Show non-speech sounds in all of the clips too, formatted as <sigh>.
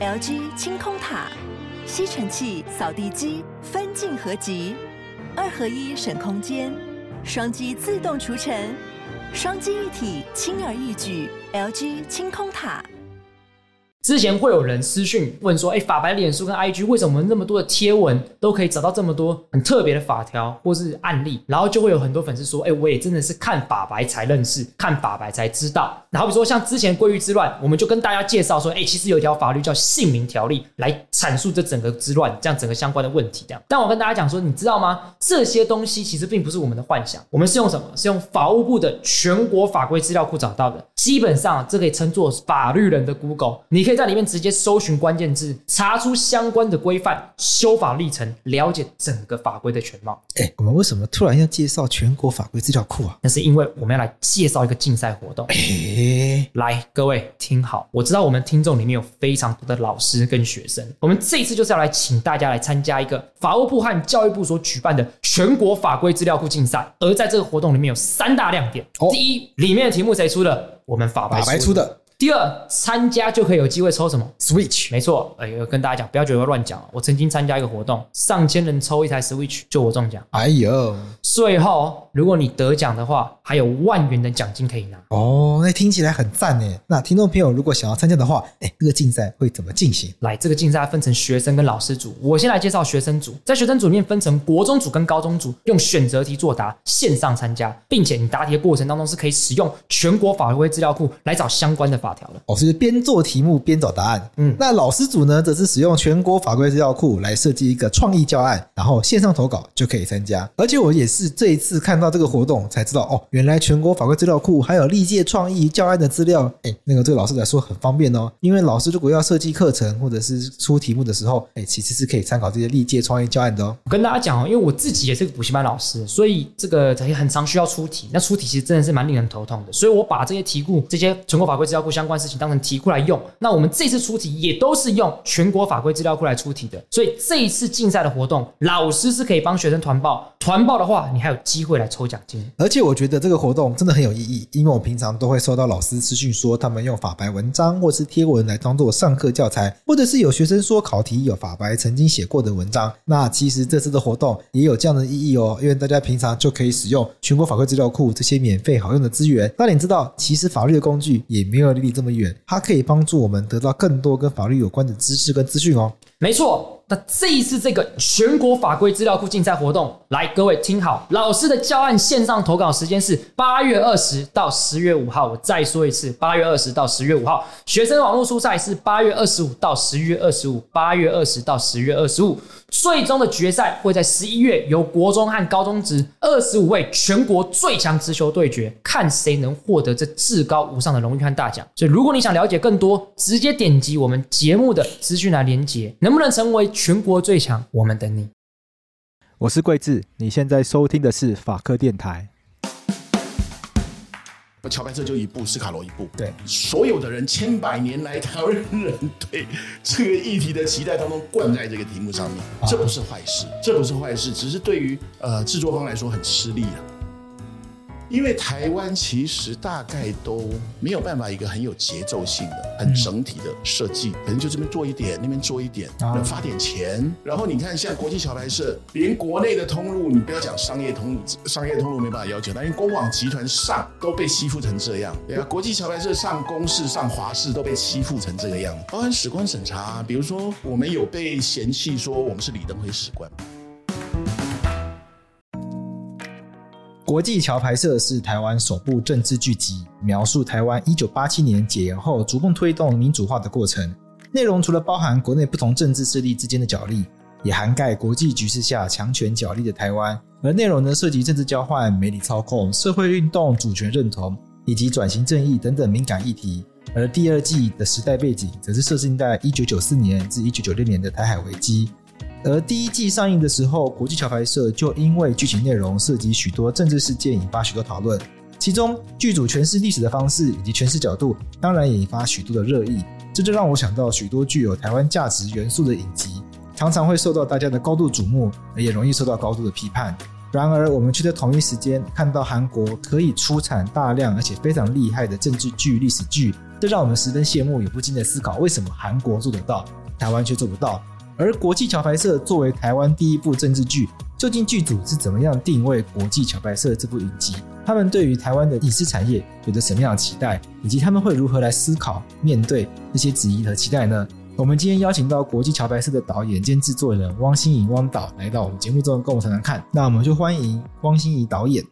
LG 清空塔、吸尘器、扫地机分镜合集，二合一省空间，双击自动除尘，双击一体轻而易举。LG 清空塔。之前会有人私讯问说，哎、法白脸书跟 IG 为什么那么多的贴文都可以找到这么多很特别的法条或是案例？然后就会有很多粉丝说，哎、我也真的是看法白才认识，看法白才知道。然后比如说像之前归于之乱，我们就跟大家介绍说，哎、其实有一条法律叫姓名条例来阐述这整个之乱，这样整个相关的问题。这样，但我跟大家讲说，你知道吗？这些东西其实并不是我们的幻想，我们是用什么？是用法务部的全国法规资料库找到的。基本上、这可以称作法律人的 Google，你可以在里面直接搜寻关键字，查出相关的规范、修法历程，了解整个法规的全貌。哎，我们为什么突然要介绍全国法规资料库啊？那是因为我们要来介绍一个竞赛活动。哎，来，各位听好，我知道我们听众里面有非常多的老师跟学生，我们这一次就是要来请大家来参加一个法务部和教育部所举办的全国法规资料库竞赛。而在这个活动里面有三大亮点：哦第一，里面的题目谁出的？我们法白法白出的。的第二，参加就可以有机会抽什么？ Switch，没错，哎、呃，跟大家讲，不要觉得我乱讲。啊我曾经参加一个活动，上千人抽一台 Switch，就我中奖。哎呦，最后，如果你得奖的话，还有万元的奖金可以拿。哦，那听起来很赞呢。那听众朋友如果想要参加的话，哎，这个竞赛会怎么进行？来，这个竞赛分成学生跟老师组。我先来介绍学生组，在学生组里面分成国中组跟高中组，用选择题作答，线上参加，并且你答题的过程当中是可以使用全国法规资料库来找相关的法条的。哦，就是边做题目边找答案。嗯那老师组呢，则是使用全国法规资料库来设计一个创意教案，然后线上投稿就可以参加。而且我也是这一次看到这个活动才知道，哦，原来全国法规资料库还有历届创意教案的资料。哎，那个对老师来说很方便哦，因为老师如果要设计课程或者是出题目的时候，哎，其实是可以参考这些历届创意教案的哦。我跟大家讲哦，因为我自己也是个补习班老师，所以这个也很常需要出题。那出题其实真的是蛮令人头痛的，所以我把这些题库、这些全国法规资料库相关事情当成题库来用。那我们这次出题也都是用全国法规资料库来出题的，所以这一次竞赛的活动，老师是可以帮学生团报，团报的话，你还有机会来抽奖金。而且我觉得这个活动真的很有意义，因为我平常都会收到老师私讯说，他们用法白文章或是贴文来当做上课教材，或者是有学生说考题有法白曾经写过的文章。那其实这次的活动也有这样的意义哦，因为大家平常就可以使用全国法规资料库这些免费好用的资源。那你知道，其实法律的工具也没有离你这么远，它可以帮助我们得到更多跟法律有关的知识跟资讯哦。没错，那这一次这个全国法规资料库竞赛活动，来各位听好，老师的教案线上投稿时间是八月二十到十月五号。我再说一次，八月二十到十月五号。学生网络书赛是八月二十五到十月二十五，八月二十到十月二十五。最终的决赛会在十一月由国中和高中职二十五位全国最强直球对决，看谁能获得这至高无上的荣誉和大奖。所以，如果你想了解更多，直接点击我们节目的资讯栏连接，能不能成为全国最强？我们等你。我是桂智，你现在收听的是法科电台。乔白色就一步，斯卡罗一步。对，所有的人千百年来，台湾人对这个议题的期待当中灌在这个题目上面，这不是坏事，这不是坏事，只是对于呃制作方来说很吃力啊。因为台湾其实大概都没有办法一个很有节奏性的、很整体的设计，可能就这边做一啊点，那边做一点，然后发点钱。然后你看，像国际小白社，连国内的通路，你不要讲商业通路，商业通路没办法要求，但因为公网集团上都被欺负成这样，对啊，国际小白社上公视、上华视都被欺负成这个样子，包含史官审查、比如说我们有被嫌弃说我们是李登辉史官，国际桥牌社是台湾首部政治剧集，描述台湾1987年解严后逐步推动民主化的过程。内容除了包含国内不同政治势力之间的角力，也涵盖国际局势下强权角力的台湾。而内容呢，涉及政治交换、媒体操控、社会运动、主权认同以及转型正义等等敏感议题。而第二季的时代背景则是设定在1994年至1996年的台海危机。而第一季上映的时候，国际桥牌社就因为剧情内容涉及许多政治事件，引发许多讨论。其中，剧组诠释历史的方式以及诠释角度，当然也引发许多的热议。这就让我想到许多具有台湾价值元素的影集，常常会受到大家的高度瞩目，也容易受到高度的批判。然而，我们却在同一时间看到韩国可以出产大量而且非常厉害的政治剧、历史剧，这让我们十分羡慕，也不禁的思考为什么韩国做得到，台湾却做不到。而国际桥牌社作为台湾第一部政治剧，究竟剧组是怎么样定位国际桥牌社这部影集？他们对于台湾的影视产业有着什么样的期待，以及他们会如何来思考面对这些质疑和期待呢？我们今天邀请到国际桥牌社的导演兼制作人汪欣怡汪导来到我们节目中跟我们谈谈看。那我们就欢迎汪欣怡导演。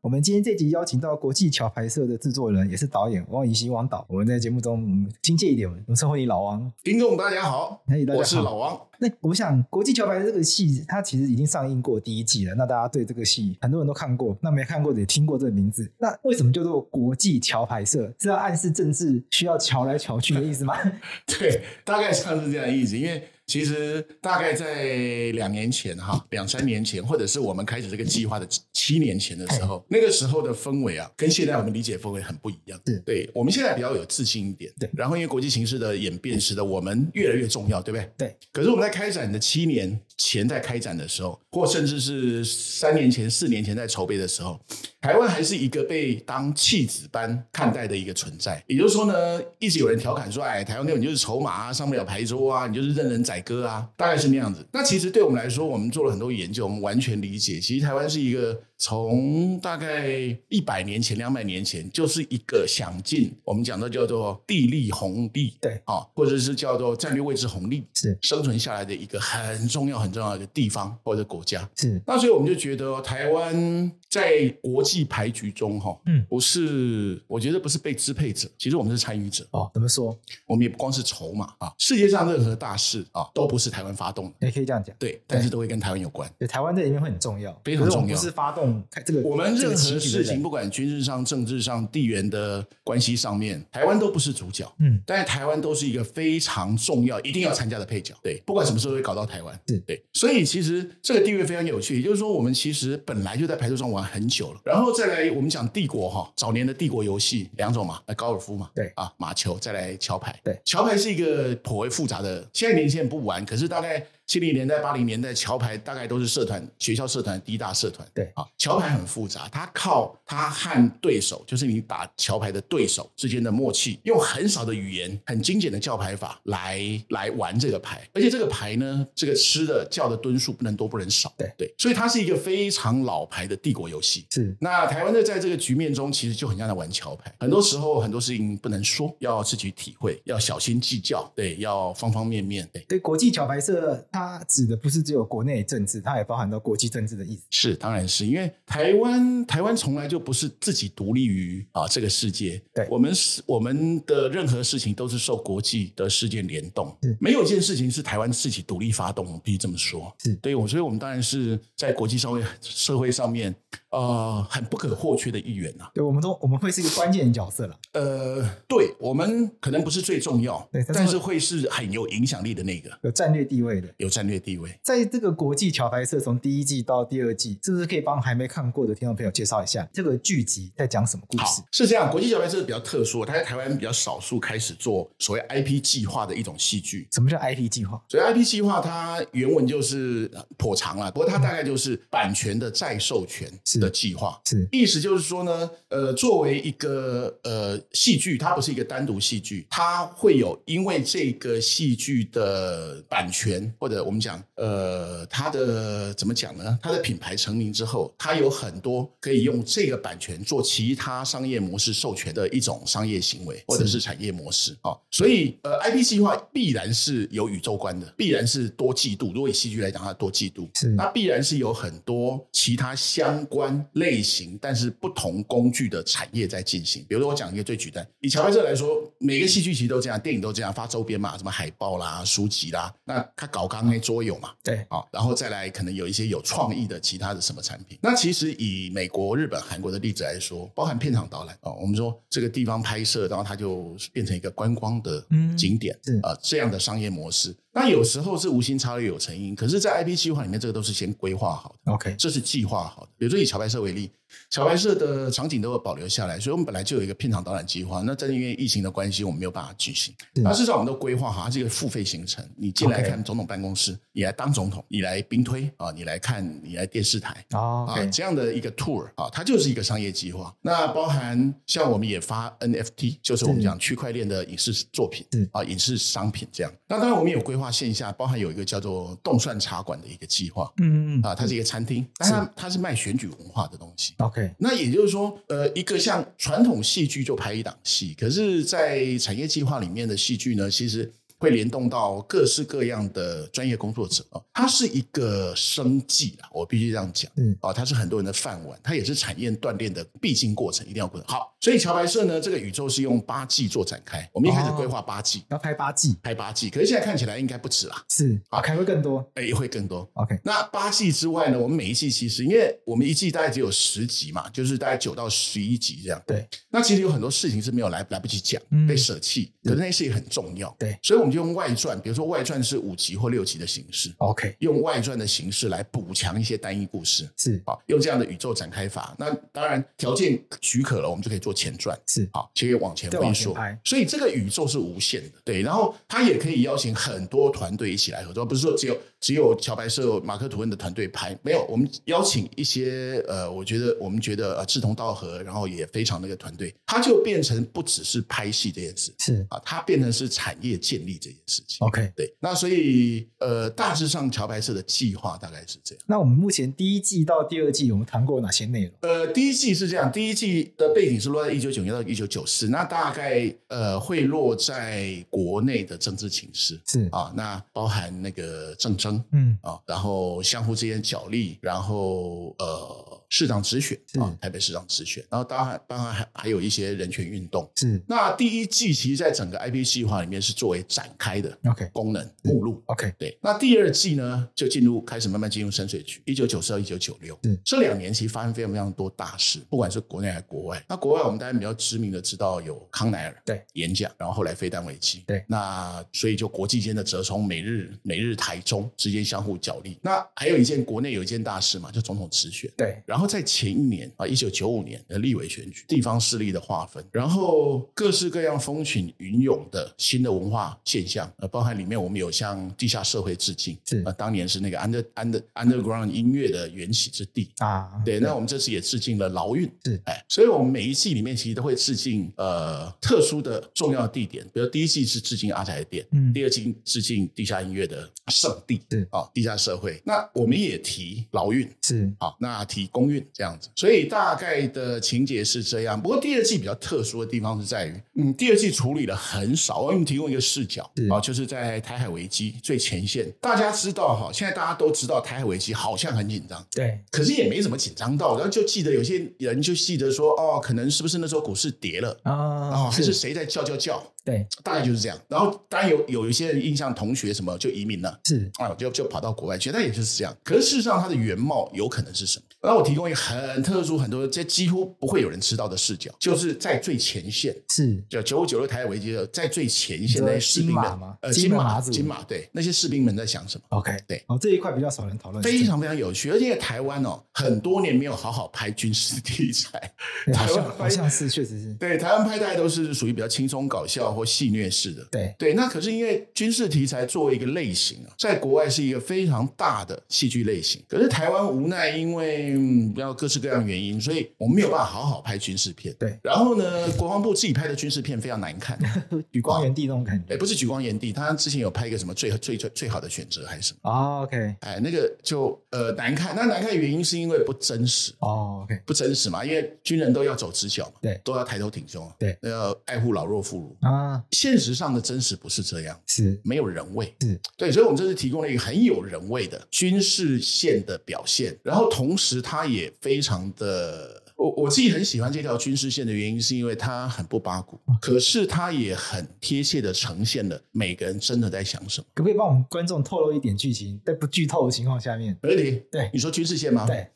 我们今天这集邀请到国际桥牌社的制作人，也是导演汪怡希汪导。我们在节目中我们亲切一点，我们称呼你老汪。听众大家好，嘿大家好我是老王。那我想，国际桥牌这个戏，它其实已经上映过第一季了。那大家对这个戏，很多人都看过，那没看过的也听过这个名字。那为什么叫做国际桥牌社？是要暗示政治需要桥来桥去的意思吗？ <laughs> 对，大概上是这样的意思。因为其实大概在两年前哈，两三年前，或者是我们开始这个计划的七年前的时候，那个时候的氛围啊，跟现在我们理解氛围很不一样。是对，我们现在比较有自信一点。对然后因为国际形势的演变，使得我们越来越重要，对不对？对。可是我们在开展的七年前在开展的时候，或甚至是三年前、四年前在筹备的时候，台湾还是一个被当弃子般看待的一个存在。也就是说呢，一直有人调侃说：“哎，台湾根本就是筹码啊，上不了牌桌啊，你就是任人宰割啊。”大概是那样子。那其实对我们来说，我们做了很多研究，我们完全理解，其实台湾是一个从大概一百年前、两百年前，就是一个想尽我们讲的叫做地利红利，对啊、或者是叫做战略位置红利，是生存下来的一个很重要、很重要的地方或者国家。是那所以我们就觉得台湾在国际牌局中，哈，嗯不是，我觉得不是被支配者，其实我们是参与者，哦，怎么说？我们也不光是筹码啊，世界上任何大事啊，都不是台湾发动的，也可以这样讲。对，但是都会跟台湾有关。对，台湾在里面会很重要，非常重要可是我们不是发动开这个我们这任个何棋局的事人情，不管军事上、政治上、地缘的关系上面，台湾都不是主角。嗯，但是台湾都是一个非常重要、一定要参加的配角。对，不管什么时候都会搞到台湾。是对，所以其实这个地位非常有趣。也就是说，我们其实本来就在牌桌上玩很久了。然后再来，我们讲帝国哈，早年的帝国游戏两种嘛，呃高尔夫嘛，对啊，马球，再来桥牌。对桥牌是一个颇为复杂的，现在年轻人不玩，可是大概七零年代、八零年代，桥牌大概都是社团、学校社团、第一大社团。对啊，桥牌很复杂，它靠它和对手，就是你打桥牌的对手之间的默契，用很少的语言、很精简的叫牌法来来玩这个牌，而且这个牌呢，这个吃的叫的吨数不能多不能少，对对，所以它是一个非常老牌的帝国游戏。是那台湾在在这个局面中，其实就很像在玩桥牌。很多时候，很多事情不能说，要自己体会，要小心计较，对，要方方面面，对，对国际桥牌社，它指的不是只有国内政治，它也包含到国际政治的意思。是，当然是因为台湾，台湾从来就不是自己独立于啊这个世界。对我们是我们的任何事情都是受国际的事件联动是，没有一件事情是台湾自己独立发动，我们必须这么说。是对我，所以我们当然是在国际社会社会上面，呃，很不可或缺的一员呐、啊对，我们都我们会是一个关键角色了。呃，对我们可能不是最重要对，但是但是会是很有影响力的那个，有战略地位的。有战略地位。在这个国际桥牌社从第一季到第二季，是不是可以帮还没看过的听众朋友介绍一下这个剧集在讲什么故事好？，是这样。国际小白是比较特殊，它在台湾比较少数开始做所谓 IP 计划的一种戏剧。什么叫 IP 计划？所以 IP 计划它原文就是呃颇长了，不过它大概就是版权的再授权是的计划。是意思就是说呢，呃，作为一个呃戏剧，它不是一个单独戏剧，它会有因为这个戏剧的版权或者我们讲呃它的怎么讲呢？它的品牌成名之后，它有很多可以用这个版权做其他商业模式授权的一种商业行为或者是产业模式哦。所以呃，IP 计划必然是有宇宙观的，必然是多季度。如果以戏剧来讲，它多季度是它必然是有很多其他相关类型，但是不同工具的产业在进行。比如说，我讲一个最简单，以乔拍社来说，每个戏剧其实都这样，电影都这样发周边嘛，什么海报啦、书籍啦，那它搞刚那桌游嘛，对，啊，然后再来可能有一些有创意的其他的什么产品。那其实以美国、日本、韩国的例子来说，包含片场导览哦，我们说这个地方拍摄，然后它就变成一个观光的嗯景点，是啊、这样的商业模式。那有时候是无心插柳有成荫，可是，在 IP 计划里面，这个都是先规划好的。 OK，这是计划好的。比如说以桥牌社为例，桥牌社的场景都有保留下来，所以我们本来就有一个片场导览计划。那正因为疫情的关系，我们没有办法举行。那至少我们都规划好，它是一个付费行程。你进来 OK 看总统办公室，你来当总统，你来兵推啊，你来看，你来电视台。哦啊，OK，，这样的一个 tour 啊，它就是一个商业计划。那包含像我们也发 NFT，就是我们讲区块链的影视作品是啊，影视商品这样。那当然我们有规划线下，包含有一个叫做“动算茶馆”的一个计划嗯嗯啊，它是一个餐厅，但它它是卖选举文化的东西。 ，OK，那也就是说，呃，一个像传统戏剧就拍一档戏，可是，在产业计划里面的戏剧呢，其实会联动到各式各样的专业工作者哦，它是一个生计啊，我必须这样讲，嗯，哦，它是很多人的饭碗，它也是产业锻炼的必经过程，一定要过程。好，所以桥牌社呢，这个宇宙是用八季做展开，我们一开始哦规划八季，要拍八季拍八季，可是现在看起来应该不止啦，是好，OK 会更多哎，会更多， ，OK，那八季之外呢，我们每一季其实，因为我们一季大概只有十集嘛，就是大概九到十一集这样。对，那其实有很多事情是没有来来不及讲，嗯被舍弃，可是那些也很重要。对所以我们就用外传，比如说外传是五集或六集的形式， ，OK 用外传的形式来补强一些单一故事。是好，用这样的宇宙展开法，那当然条件许可了，我们就可以做前传。是好，啊其实往前再往回前溯拍，所以这个宇宙是无限的，对。然后他也可以邀请很多团队一起来合作，不是说只有只有乔白社、马克吐温的团队拍，没有，我们邀请一些呃，我觉得我们觉得呃志同道合，然后也非常那个团队，它就变成不只是拍戏这件事是啊，它变成是产业建立这件事情。 ，OK。对，那所以呃，大致上乔白社的计划大概是这样。那我们目前第一季到第二季，我们谈过哪些内容？呃，第一季是这样，第一季的背景是落在一九九零到一九九四，那大概呃会落在国内的政治情势是啊，那包含那个政争嗯啊，然后相互之间角力，然后呃市长直选啊是，台北市长直选，然后当然当然还还有一些人权运动。是那第一季其实在整个 IP 计划里面是作为展开的 OK 功能目录， OK 对，那第二季呢，就进入开始慢慢进入深水区，一九九四到一九九六是，这两年其实发生非常非常多大事，不管是国内还是国外。那国外我们当然比较知名的知道有康奈尔对演讲，然后后来飞弹危机对那所以就国际间的折冲，美日美日台中之间相互角力。那还有一件国内有一件大事嘛，就总统直选。对然后在前一年啊，一九九五年的立委选举，地方势力的划分，然后各式各样风起云涌的新的文化现象，呃，包含里面我们有向地下社会致敬，是呃，当年是那个 under under underground 音乐的缘起之地。啊，对，那我们这次也致敬了劳运，是哎，所以我们每一季里面其实都会致敬呃特殊的重要地点，比如第一季是致敬阿宅的店，嗯第二季致敬地下音乐的圣地，是啊、地下社会。那我们也提劳运，是好，啊那提公运这样子，所以大概的情节是这样。不过第二季比较特殊的地方是在于，嗯，第二季处理了很少，我们提供一个视角是啊，就是在台海危机最前线。大家知道哈，现在大家都知道台海危机好像很紧张，对可是也没怎么紧张到，然后就记得有些人就记得说，哦，可能是不是那时候股市跌了。啊哦，还是谁在叫叫叫？对大概就是这样。然后当然有有一些人印象同学什么就移民了，是啊，就就跑到国外去，那也就是这样。可是事实上，它的原貌有可能是什么？那我提供一个很特殊、很多这几乎不会有人知道的视角，就是在最前线，是就九五九六台海危机的在最前线你说那些士兵金马们吗，呃，金金门马马祖金马对那些士兵们在想什么？ OK 对哦这一块比较少人讨论，非常非常有趣，而且台湾哦，很多年没有好好拍军事 <laughs> 题材， <laughs> 对好台像湾好像是确实是对台湾拍大概都是属于比较轻松搞笑或戏谑式的，对对，那可是因为军事题材作为一个类型啊，在国外是一个非常大的戏剧类型。可是台湾无奈因为嗯，不要各式各样原因，所以我们没有办法好好拍军事片。对然后呢，国防部自己拍的军事片非常难看， <laughs> 举光原地那种感觉哎，不是举光原地，他之前有拍一个什么最最最最好的选择还是什么？哦 OK 哎，那个就呃难看，那难看的原因是因为不真实。哦 OK 不真实嘛，因为军人都要走直角嘛，对都要抬头挺胸啊，对要爱护老弱妇孺。啊现实上的真实不是这样，是没有人味，是对，所以我们这次提供了一个很有人味的军事线的表现，然后同时它也非常的。我我自己很喜欢这条军事线的原因，是因为它很不八股，哦可是它也很贴切的呈现了每个人真的在想什么。可不可以帮我们观众透露一点剧情，在不剧透的情况下面没问题，对你说军事线吗？对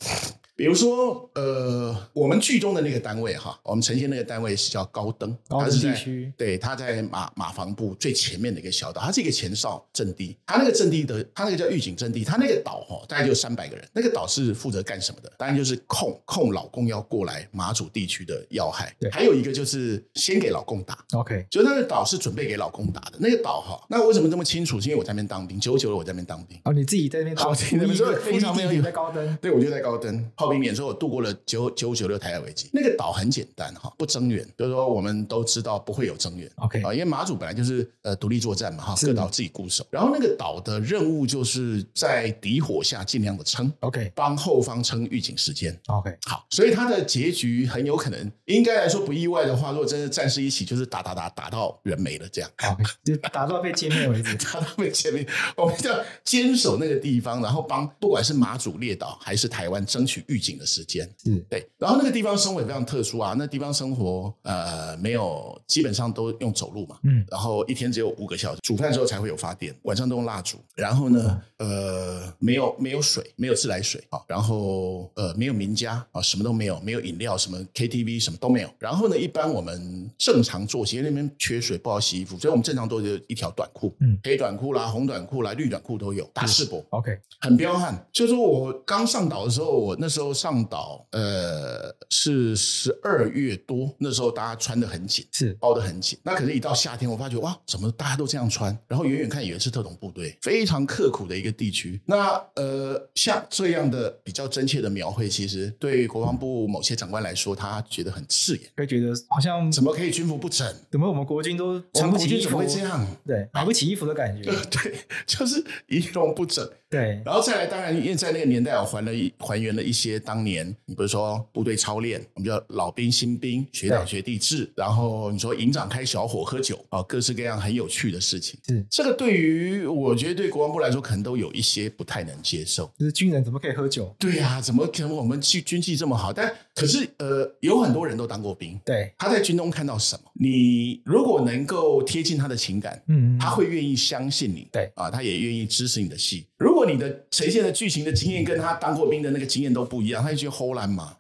比如说，呃，我们剧中的那个单位哈，我们呈现那个单位是叫高登，高登它是在地区对，它在马马房部最前面的一个小岛，它是一个前哨阵地，它那个阵地的，它那个叫预警阵地，它那个岛哈、大概就三百个人，那个岛是负责干什么的？当然就是控控老共要过来马祖地区的要害对，还有一个就是先给老共打， OK，就那个岛是准备给老公打的。那个岛哈，那为什么这么清楚？是因为我在那边当兵，九九了我在那边当兵。哦，你自己在那边好当你们故意说的非常没有故意的在高登，对，我就在高登炮兵连，所以我度过了九九九六台海危机。那个岛很简单哈，不增援，就是说我们都知道不会有增援。 OK 啊，因为马祖本来就是呃独立作战嘛哈，是各岛自己固守。然后那个岛的任务就是在敌火下尽量的撑， OK 帮后方撑预警时间。 OK，好，所以它的结局很有可能，应该来说不意外的话，如果真的战事一起，就是打打打打到人没了这样。好，就打到被歼灭为止。他们前面，我们要坚守那个地方，然后帮不管是马祖列岛还是台湾争取预警的时间。是对，然后那个地方生活也非常特殊啊，那地方生活呃没有，基本上都用走路嘛，嗯然后一天只有五个小时，煮饭的时候才会有发电，晚上都用蜡烛，然后呢，呃，没有没有水，没有自来水啊，然后呃没有名家啊，什么都没有，没有饮料，什么 KTV 什么都没有。然后呢，一般我们正常作息，因为那边缺水，不好洗衣服，所以我们正常都是一条短裤，嗯黑短裤啦、红短裤啦、绿短裤都有，打世博。 OK，很彪悍。就是我刚上岛的时候，我那时候上岛，呃，是十二月多，那时候大家穿的很紧，是包的很紧。那可是，一到夏天，我发觉哇，怎么大家都这样穿？然后远远看以为是特种部队，非常刻苦的一个地区。那呃，像这样的比较真切的描绘，其实对于国防部某些长官来说，他觉得很刺眼。会觉得好像怎么可以军服不整？怎么我们国军都我穿们不国起军衣怎服啊么会这？样？ <laughs> 对，买不起衣服的感觉呃。对，就是仪容不整。对，然后再来，当然，因为在那个年代，我还了一还原了一些当年，你比如说部队操练，我们叫老兵新兵、学长对学弟制，然后你说营长开小火喝酒啊，各式各样很有趣的事情。是这个对于我觉得对国防部来说，可能都有一些不太能接受。就是军人怎么可以喝酒？对呀、怎么可能我们去军纪这么好？但可是呃，有很多人都当过兵，对，他在军中看到什么？你如果能够贴近他的情感，嗯，他会愿意相信你，对啊，他也愿意支持你的戏。如果你的呈现的剧情的经验跟他当过兵的那个经验都不一样，他就觉得齁 <laughs> 烂嘛，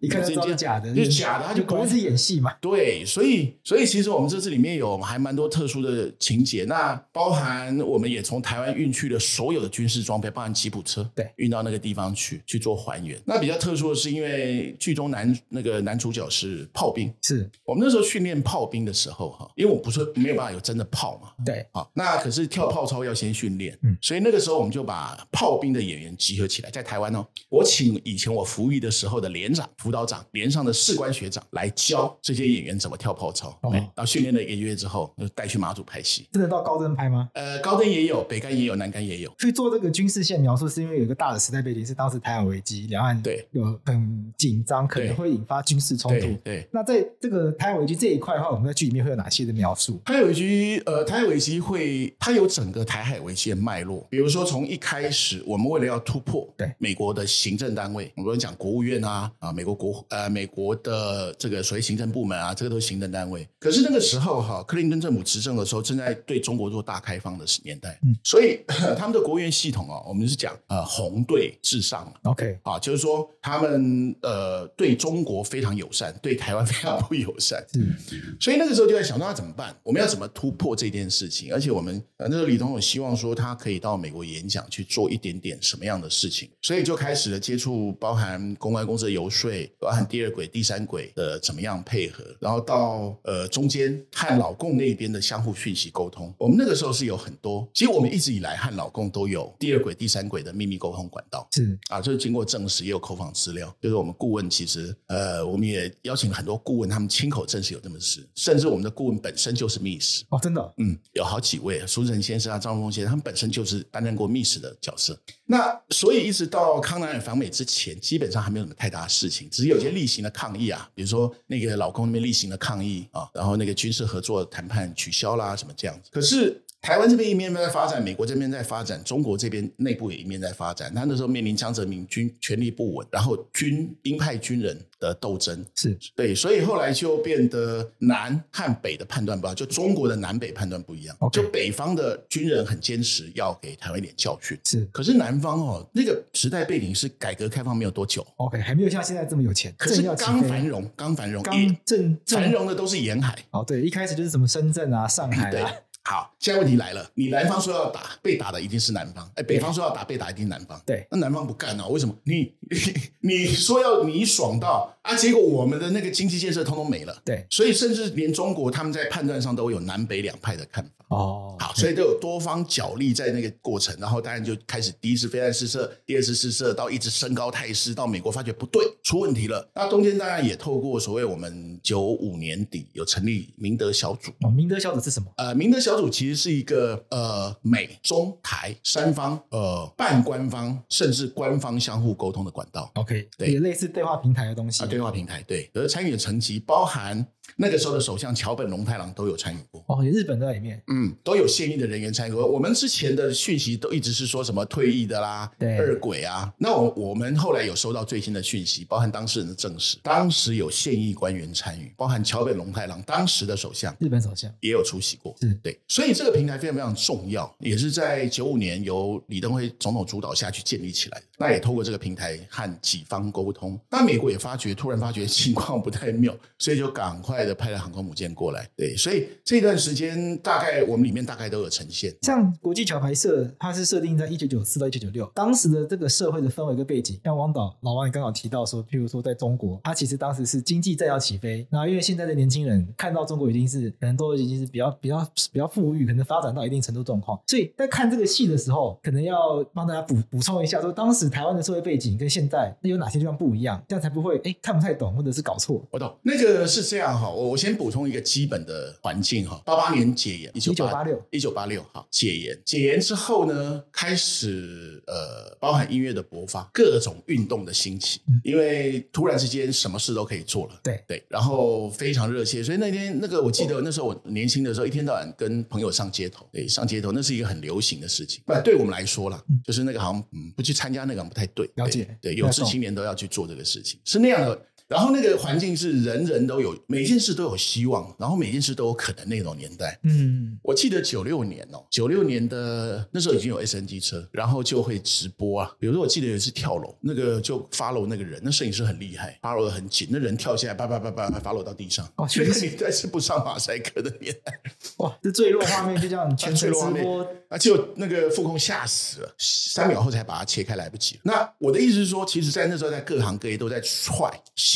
一看就知道是假的，就是假的，他就果然是演戏嘛。对，所以所以其实我们这次里面有还蛮多特殊的情节，那包含我们也从台湾运去了所有的军事装备，包含吉普车，对运到那个地方去去做还原。那比较特殊的是，因为剧中男那个男主角是炮兵，是我们那时候训练炮兵的时候哈，因为我不是没有办法有真的炮嘛，对，好，啊那可是跳炮操要先训练，嗯所以那个时候我们就把炮兵的演员集合起来，在台湾哦，我请以前我服役的时候的连长、辅导长、连上的士官学长来教这些演员怎么跳炮操。哦哎然后训练了一个月之后，就带去马祖拍戏。真的到高登拍吗？呃，高登也有，北干也有，南干也有。去做这个军事线描述，是因为有一个大的时代背景，是当时台海危机，两岸对有很紧张，可能对会引发军事冲对突。对。那在这个台海危机这一块的话，我们在剧里面会有哪些的描述？它有一句，呃，台海危机会，它有整个台海危机的脉络。比如说，从一开始，我们为了要突破对美国的行政单位，我们讲国务院啊，啊，美国国呃，美国的这个所谓行政部门啊，这个都是行政单位。可是那个时候哈，克林顿政府执政的时候，正在对中国做大开放的年代，嗯所以呃他们的国务院系统哦，我们是讲呃红队至上嘛 OK，啊，就是说他们呃对中国非常友善，对台湾非常不友善。是所以那个时候就在想说，那怎么办？我们要怎么突破这件事情？而且我们呃那时候李总有希望说他可以到美国演讲去做一点点什么样的事情，所以就开始了接触包含公关公司的游说，包含第二轨、第三轨的怎么样配合，然后到呃中间和老共那边的相互讯息沟通。我们那个时候是有很多，其实我们一直以来和老共都有第二轨、第三轨的秘密沟通管道。是啊，这是经过证实，也有口访资料，就是我们顾问其实呃，我们也邀请了很多顾问，他们亲口证实有这么事，甚至我们的顾问本身就是密使，哦，真的嗯，有好几位苏振先生啊、张峰先生，他们本身就是担任过密使的角色。那所以一直到康奈尔访美之前，基本上还没有什么太大的事情，只是有些例行的抗议啊，比如说那个老公那边例行的抗议啊，然后那个军事合作谈判取消啦，什么这样子。可是台湾这边一面在发展，美国这边在发展，中国这边内部也一面在发展。他那时候面临江泽民军权力不稳，然后军鹰派军人的斗争，是对，所以后来就变得南和北的判断不一样，就中国的南北判断不一样。 OK 就北方的军人很坚持要给台湾一点教训，是可是南方哦，那个时代背景是改革开放没有多久， OK，还没有像现在这么有钱，可是正要起刚飞繁荣，刚繁荣，一刚正繁正荣的都是沿海。哦，对，一开始就是什么深圳啊、上海对啊，，好，现在问题来了，你南方说要打，被打的一定是南方；哎，北方说要打，被打一定是南方。对那南方不干啊？为什么？你 <laughs> 你说要你爽到啊，结果我们的那个经济建设通通没了。对所以甚至连中国他们在判断上都有南北两派的看法。哦，好，所以都有多方角力在那个过程，然后当然就开始第一次飞弹试射，第二次试射，到一直升高态势，到美国发觉不对，出问题了。那中间当然也透过所谓我们九五年底有成立明德小组，哦，明德小组是什么？呃，明德小组其实是一个呃美中台三方呃半官方甚至官方相互沟通的管道 OK，对也类似对话平台的东西。啊，对话平台对，而参与的层级包含那个时候的首相桥本龙太郎都有参与过。哦，日本都在里面。嗯，都有现役的人员参与过。我们之前的讯息都一直是说什么退役的啦、对二鬼啊。那我我们后来有收到最新的讯息，包含当事人的证实，当时有现役官员参与，包含桥本龙太郎当时的首相日本首相也有出席过。是对，所以这个平台非常非常重要，也是在九五年由李登辉总统主导下去建立起来的。那也透过这个平台和几方沟通。那美国也发觉，突然发觉情况不太妙，所以就赶快的派了航空母舰过来。对，所以这段时间大概我们里面大概都有呈现。像国际桥牌社，它是设定在一九九四到一九九六，当时的这个社会的氛围跟背景，像汪导老王也刚好提到说，譬如说在中国，它其实当时是经济正要起飞，那因为现在的年轻人看到中国已经是可能都已经是比较比较比较富裕，可能发展到一定程度状况，所以在看这个戏的时候，可能要帮大家补补充一下，说当时台湾的社会背景跟现在有哪些地方不一样，这样才不会哎看不太懂或者是搞错。我懂，那个是这样哈，我我先补充一个基本的环境哈。八八年解严，一1986一九八六哈解严，解严之后呢，开始呃，包含音乐的勃发，各种运动的兴起，因为突然之间什么事都可以做了。嗯对对，然后非常热切，所以那天那个我记得那时候我年轻的时候，一天到晚跟朋友上街头，对，上街头那是一个很流行的事情。不，对我们来说啦，就是那个好像嗯不去参加那个好像不太对。了解对，对有志青年都要去做这个事情，是那样的。然后那个环境是人人都有，每件事都有希望，然后每件事都有可能那种年代。嗯，我记得九六年哦，九六年的那时候已经有 SNG 车，然后就会直播啊。比如说，我记得有一次跳楼，那个就 follow 那个人，那摄影师很厉害，follow 的很紧，那人跳下来，叭叭叭叭叭 follow 到地上。哦那个年代是不上马赛克的年代，哇，这坠落画面就这样全程 <laughs> 坠落画直播面， <laughs> 啊，结果那个副控吓死了，三秒后才把它切开，来不及。那我的意思是说，其实，在那时候，在各行各业都在踹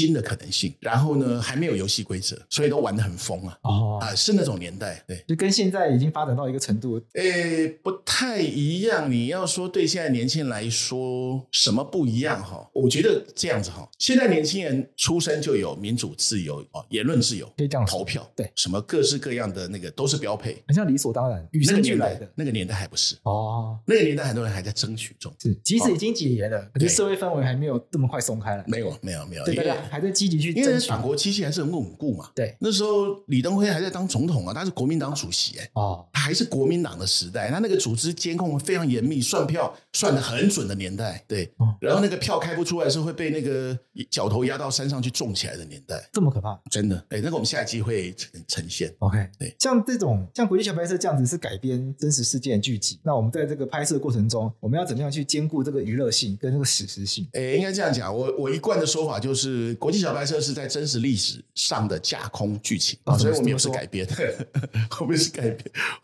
新的可能性，然后呢，还没有游戏规则，所以都玩得很疯啊。哦啊，是那种年代，对，就跟现在已经发展到一个程度，诶，不太一样。你要说对现在年轻人来说什么不一样哈？我觉得这样子哈，现在年轻人出生就有民主自由哦，言论自由，可以这样说投票，对什么各式各样的那个都是标配。很像理所当然，与那个生俱年来代的，。那个年代还不是，哦，那个年代很多人还在争取中。是，即使已经解严了，可是哦对社会氛围还没有这么快松开来，没有，没有，没有，对因大为家还在积极去因为争取党。国机器还是很稳固嘛。对，那时候李登辉还在当总统啊，他是国民党主席哎、哦，还是国民党的时代，他那个组织监控非常严密，算票算的很准的年代，对哦。然后那个票开不出来是会被那个脚头压到山上去种起来的年代，这么可怕。真的。哎，那个我们下一集会呈呈现。 OK，对像这种像国际小拍摄这样子是改编真实事件的剧集，那我们在这个拍摄过程中，我们要怎么样去兼顾这个娱乐性跟这个史实性？诶，应该这样讲，我我一贯的说法就是，国际小白车是在真实历史上的架空剧情啊啊，怎所么以我们也不是怎么说改编， <laughs> 我们也是改编，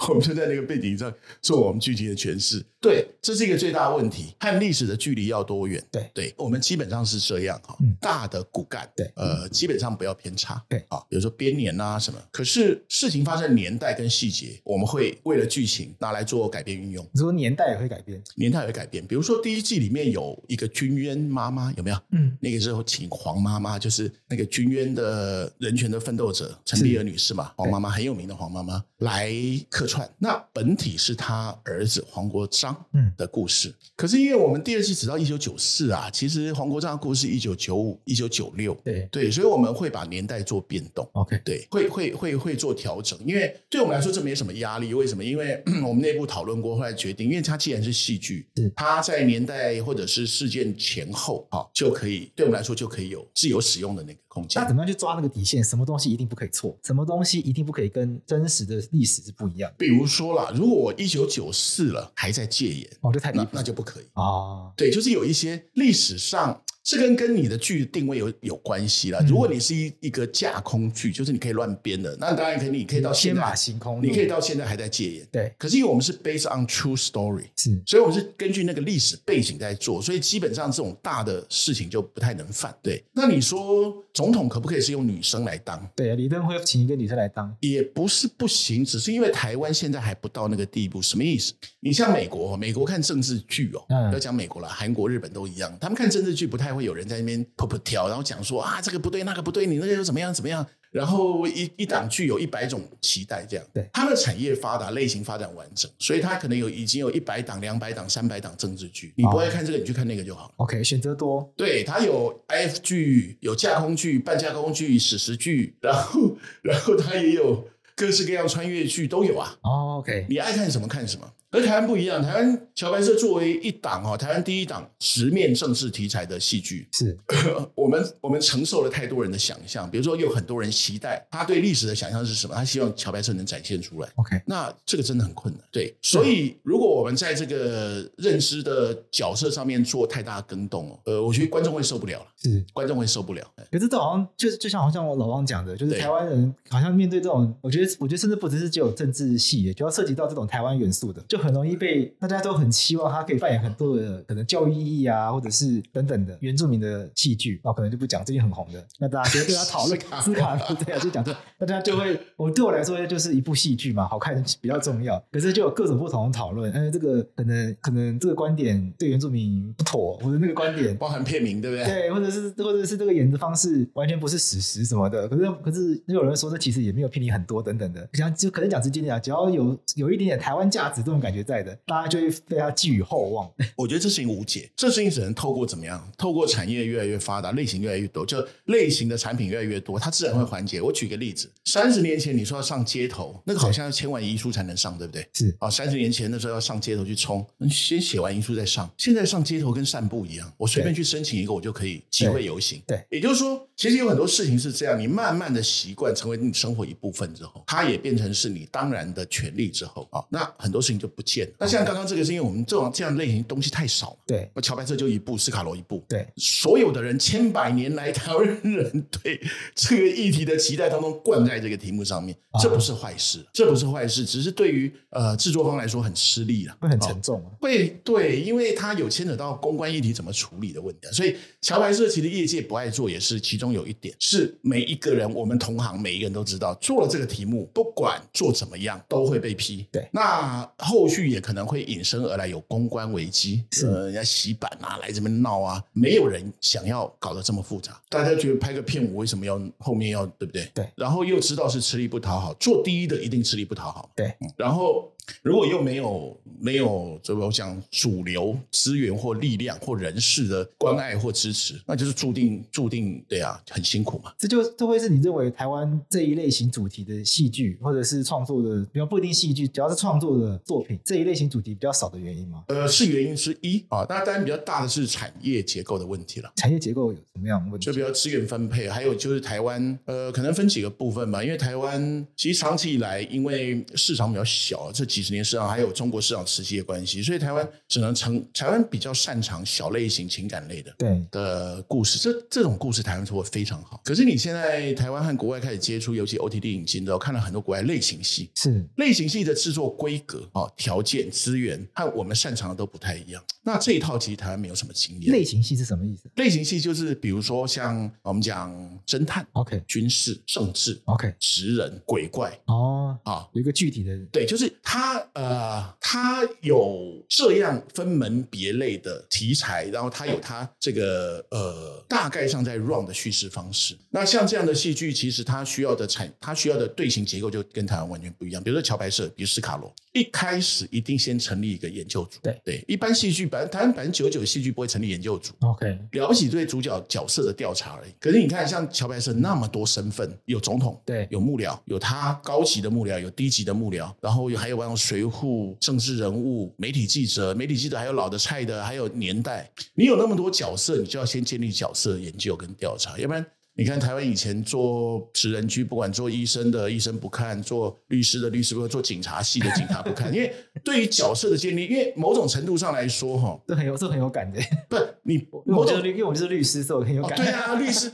我们就在那个背景上做我们剧情的诠释。对，这是一个最大的问题，和历史的距离要多远？对对，我们基本上是这样哈、嗯大的骨干，对呃，基本上不要偏差，对啊，比如说编年啊什么。可是事情发生的年代跟细节，我们会为了剧情拿来做改编运用。你说年代也会改变？年代也会改变。比如说第一季里面有一个军渊妈妈，有没有？嗯，那个时候请黄妈妈就是那个军渊的人权的奋斗者陈是碧儿女士嘛，黄妈妈很有名的黄妈妈来客串。那本体是她儿子黄国章嗯的故事，可是因为我们第二季只到一九九四啊，其实黄国章的故事一九九五、一九九六，对对，所以我们会把年代做变动。 ，OK，对，会会会会做调整，因为对我们来说这没什么压力。为什么？因为 <clears throat> 我们内部讨论过，后来决定，因为它既然是戏剧是，它在年代或者是事件前后，好、就可以对我们来说就可以有自由使用的那个空间那。怎么样去抓那个底线？什么东西一定不可以错？什么东西一定不可以跟真实的历史是不一样的？比如说啦，如果我一九九四了还在戒严，哦，这太离那谱那就不可以。啊！对，就是有一些历史上，这跟跟你的剧定位有有关系啦。如果你是一一个架空剧，就是你可以乱编的，那当然可以，你可以到现天马在，行空，你可以到现在还在戒严。对，可是因为我们是 based on true story，是所以我们是根据那个历史背景在做，所以基本上这种大的事情就不太能犯。对，那你说总统可不可以是用女生来当？对。啊李登辉请一个女生来当，也不是不行，只是因为台湾现在还不到那个地步。什么意思？你像美国，美国看政治剧哦，嗯不要讲美国了，韩国、日本都一样，他们看政治剧不太会有人在那边噗噗跳，然后讲说啊这个不对，那个不对，你那个又怎么样怎么样。然后一一档剧有一百种期待，这样。对它的产业发达，类型发展完整，所以它可能有已经有一百档、两百档、三百档政治剧，你不哦会看这个，你去看那个就好了。 OK，选择多，对，它有 IF 剧，有架空剧、半架空剧、史实剧，然后然后它也有各式各样穿越剧都有啊。哦，OK，你爱看什么看什么。而台湾不一样，台湾乔白社作为一档哦，台湾第一档直面政治题材的戏剧，呃是我们我们承受了太多人的想象。比如说，有很多人期待他对历史的想象是什么，他希望乔白社能展现出来。 OK，那这个真的很困难。对，所以如果我们在这个认知的角色上面做太大的更动哦，呃，我觉得观众会受不了了。是。观众会受不了。哎可是这好像就是就像好像我老王讲的，就是对台湾人好像面对这种，我觉得我觉得甚至不只是只有政治戏，只要涉及到这种台湾元素的，就很容易被大家都很期望他可以扮演很多的可能教育意义啊，或者是等等的原住民的戏剧，那可能就不讲最近很红的，那大家就会对他讨论斯卡罗斯卡罗对啊，就讲这，大家就会我对我来说就是一部戏剧嘛，好看比较重要，可是就有各种不同的讨论，嗯，这个可能可能这个观点对原住民不妥，或者那个观点包含片名，对不对？ <laughs> 对，或者是或者是这个演的方式完全不是史实什么的，可是可是又有人说这其实也没有偏离很多等等的，讲就可能讲直接点啊，只要有有一点点台湾价值这种感觉在的，大家就会对他寄予厚望。 <laughs> 我觉得这事情无解，这事情只能透过怎么样？透过产业越来越发达，类型越来越多，就类型的产品越来越多，它自然会缓解。我举个例子，三十年前你说要上街头，那个好像要签完遗书才能上，对不对？是啊，三十年前那时候要上街头去冲，你先写完遗书再上。现在上街头跟散步一样，我随便去申请一个，我就可以集会游行。对也就是说，其实有很多事情是这样，你慢慢的习惯成为你生活一部分之后，它也变成是你当然的权利之后啊、那很多事情就不见了。那像刚刚这个，是因为我们这种这样类型东西太少了。对那乔白车就一步，斯卡罗一步。对，所有的人千百年来，台湾人对这个议题的期待当中灌在这个题目上面，这啊不是坏事，这不是坏事，只是对于呃制作方来说很吃力了，会很哦沉重啊。会对，因为它有牵扯到公关议题怎么处理的问题啊，所以桥牌社其实业界不爱做，也是其中有一点，是每一个人，我们同行每一个人都知道，做了这个题目，不管做怎么样，都会被批。对那后续也可能会引申而来有公关危机，是呃，人家洗版啊，来这边闹啊，没有人想要搞得这么复杂，大家觉得拍个片，我为什么要后面要对不对？对然后又知道是吃力不讨好，做第一的一定吃力不讨好，对然后如果又没有没有怎么讲主流资源或力量或人士的关爱或支持，那就是注定注定对啊，很辛苦嘛。这就这会是你认为台湾这一类型主题的戏剧，或者是创作的，比较不一定戏剧，只要是创作的作品，这一类型主题比较少的原因吗？呃，是原因之一啊，那当然比较大的是产业结构的问题了。产业结构有什么样的问题就？比较资源分配，还有就是台湾，呃，可能分几个部分吧。因为台湾其实长期以来，因为市场比较小，啊这几十年市场还有中国市场持续的关系，所以台湾只能成台湾比较擅长小类型情感类的。对，的故事，这这种故事台湾做的非常好。可是你现在台湾和国外开始接触，尤其 OTT 引进之后，看了很多国外类型戏，是类型戏的制作规格啊、条件、资源和我们擅长的都不太一样。那这一套其实台湾没有什么经验。类型戏是什么意思类型戏就是比如说像我们讲侦探、 ？OK 军事、政治、 OK，职人、鬼怪哦，啊，有一个具体的对，就是它它呃，它有这样分门别类的题材，然后它有它这个呃大概上在 run 的叙事方式。那像这样的戏剧，其实它需要的产，它需要的队形结构就跟台湾完全不一样。比如说桥牌社，比如斯卡罗，一开始一定先成立一个研究组。对对，一般戏剧百台湾百分之九九戏剧不会成立研究组， OK，了不起对主角角色的调查而已。可是你看，像乔白社那么多身份，有总统，对有幕僚，有他高级的幕僚，有低级的幕僚，然后有还有玩水户政治人物、媒体记者、媒体记者，还有老的、菜的，还有年代。你有那么多角色，你就要先建立角色研究跟调查，要不然。你看台湾以前做职人居，不管做医生的医生不看，做律师的律师不看，做警察系的警察不看，因为对于角色的建立，因为某种程度上来说，哈，这很有这很有感的，不，你因为某我就是种律，因为我就是律师，所以我很有哦，感。对啊，律师，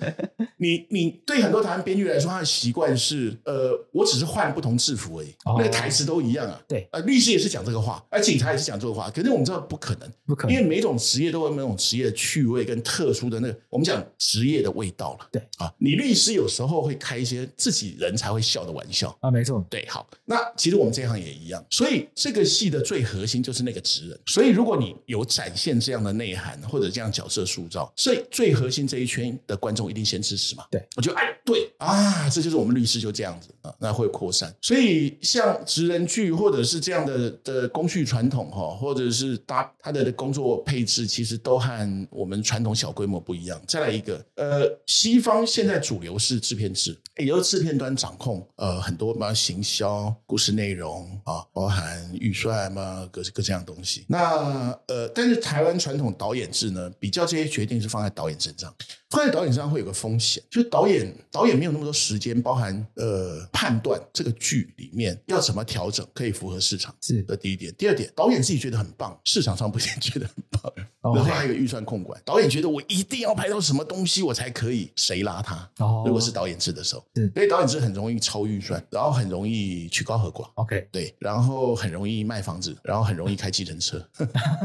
你你对很多台湾编剧来说，他的习惯是，呃，我只是换不同制服而已，哦那个台词都一样啊。对呃，律师也是讲这个话，而警察也是讲这个话，可是我们知道不可能，不可能因为每种职业都有每种职业的趣味跟特殊的那个，我们讲职业的味道了。对啊，你律师有时候会开一些自己人才会笑的玩笑，啊，没错，对，好，嗯那其实我们这一行也一样，所以这个戏的最核心就是那个职人。所以如果你有展现这样的内涵或者这样角色塑造，最最核心这一圈的观众一定先支持嘛。对，我觉得哎，对啊，这就是我们律师就这样子啊，那会扩散。所以像职人剧或者是这样的的工序传统哈，或者是搭它的工作配置，其实都和我们传统小规模不一样。再来一个，呃，西方现在主流是制片制，也就是制片端掌控呃很多嘛行销、故事内容啊，包含预算嘛各各这样东西。那呃，但是台湾传统导演制呢，比较这些决定是放在导演身上。放在导演身上会有个风险，就是导演导演没有那么多时间，包含呃判断这个剧里面要怎么调整可以符合市场，是这第一点。第二点，导演自己觉得很棒，市场上不一定觉得很棒。 <laughs> 哦然后还有预算控管，导演觉得我一定要拍到什么东西我才可以，谁拉他？哦如果是导演制的时候是，所以导演制很容易超预算，然后很容易曲高和寡。 OK，对，然后很容易卖房子，然后很容易开计程车。 <laughs>